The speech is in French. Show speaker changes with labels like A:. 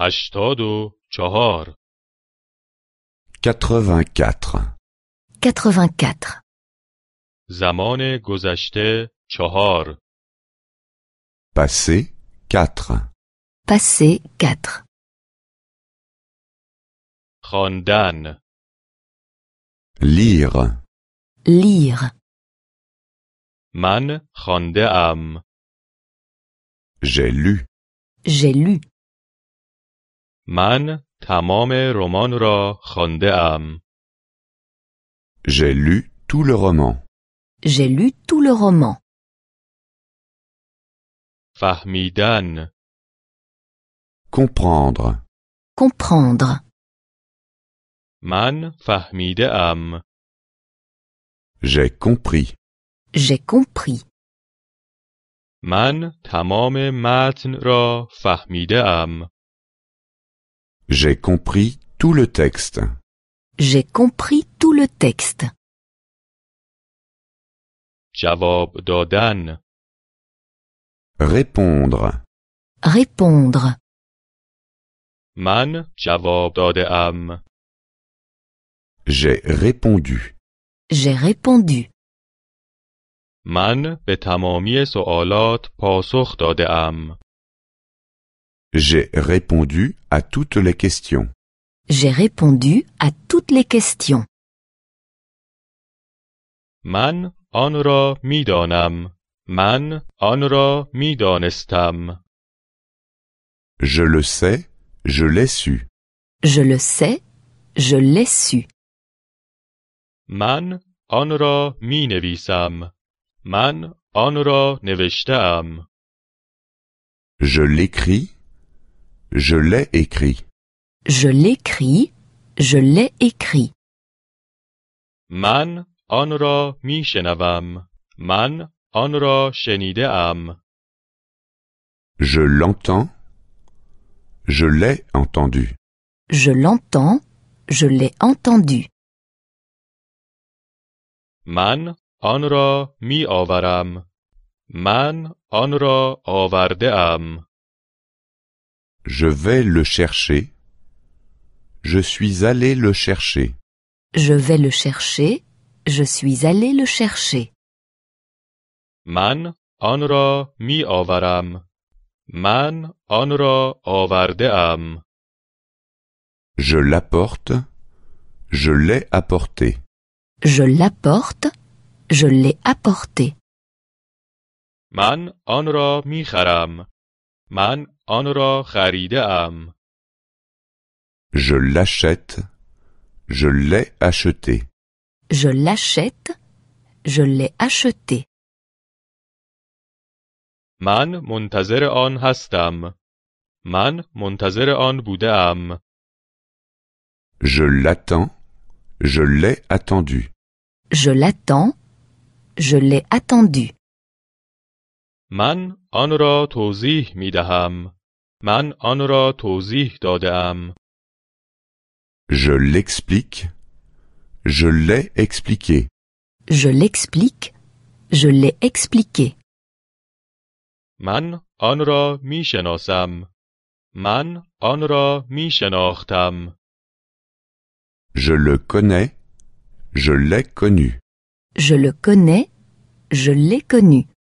A: هشتاد و چهار
B: 84.
C: 84.
A: زمان گذشته چهار
B: Passé 4.
C: Passé 4.
A: خواندن
B: Lire.
C: Lire.
A: من خانده ام
B: J'ai lu.
C: J'ai lu.
A: من تمام رمان را خانده ام
B: J'ai lu tout le roman.
C: J'ai lu tout le roman.
A: فهمیدن
B: Comprendre.
C: Comprendre.
A: من فهمیده ام
B: J'ai compris.
C: J'ai compris.
A: من تمام متن را فهمیده ام
B: J'ai compris tout le texte.
C: J'ai compris tout le texte.
A: جواب دادن
B: Répondre.
C: Répondre.
A: من جواب داده ام
B: J'ai répondu.
C: J'ai répondu.
A: من به تمامی سوالات پاسخ داده ام
B: J'ai répondu à toutes les questions.
C: J'ai répondu à toutes les questions.
A: من آن را میدانم. من آن را میدانستم.
B: Je le sais, je l'ai su.
C: Je le sais. Je l'ai su.
A: من آن را می نویسم. من آن را نوشتم.
B: Je l'écris. Je l'ai écrit.
C: Je l'écris. Je l'ai écrit.
A: من آن را می شنوم. من آن را شنیده ام.
B: Je l'entends. Je l'ai entendu.
C: Je l'entends. Je l'ai entendu.
A: من آن را می آورم. من آن را آورده ام.
B: Je vais le chercher. Je suis allé le chercher.
C: Je vais le chercher. Je suis allé le chercher.
A: من آن را می آورم. من آن را آورده ام.
B: Je l'apporte. Je l'ai apporté.
C: Je l'apporte. Je l'ai apporté.
A: من آن را می خرم. من آن را خریده ام.
B: Je l'achète. Je l'ai acheté.
C: Je l'achète. Je l'ai acheté.
A: من منتظر آن هستم. من منتظر آن بوده ام.
B: Je l'attends. Je l'ai attendu.
C: Je l'attends. Je l'ai attendu.
A: من آن را توضیح می دهم. من آن را توضیح داده ام.
B: Je l'explique. Je l'ai expliqué.
C: Je l'explique. Je l'ai expliqué.
A: من آن را می شناسم. من آن را می شناختم.
B: Je le connais. Je l'ai connu.
C: Je le connais. Je l'ai connu.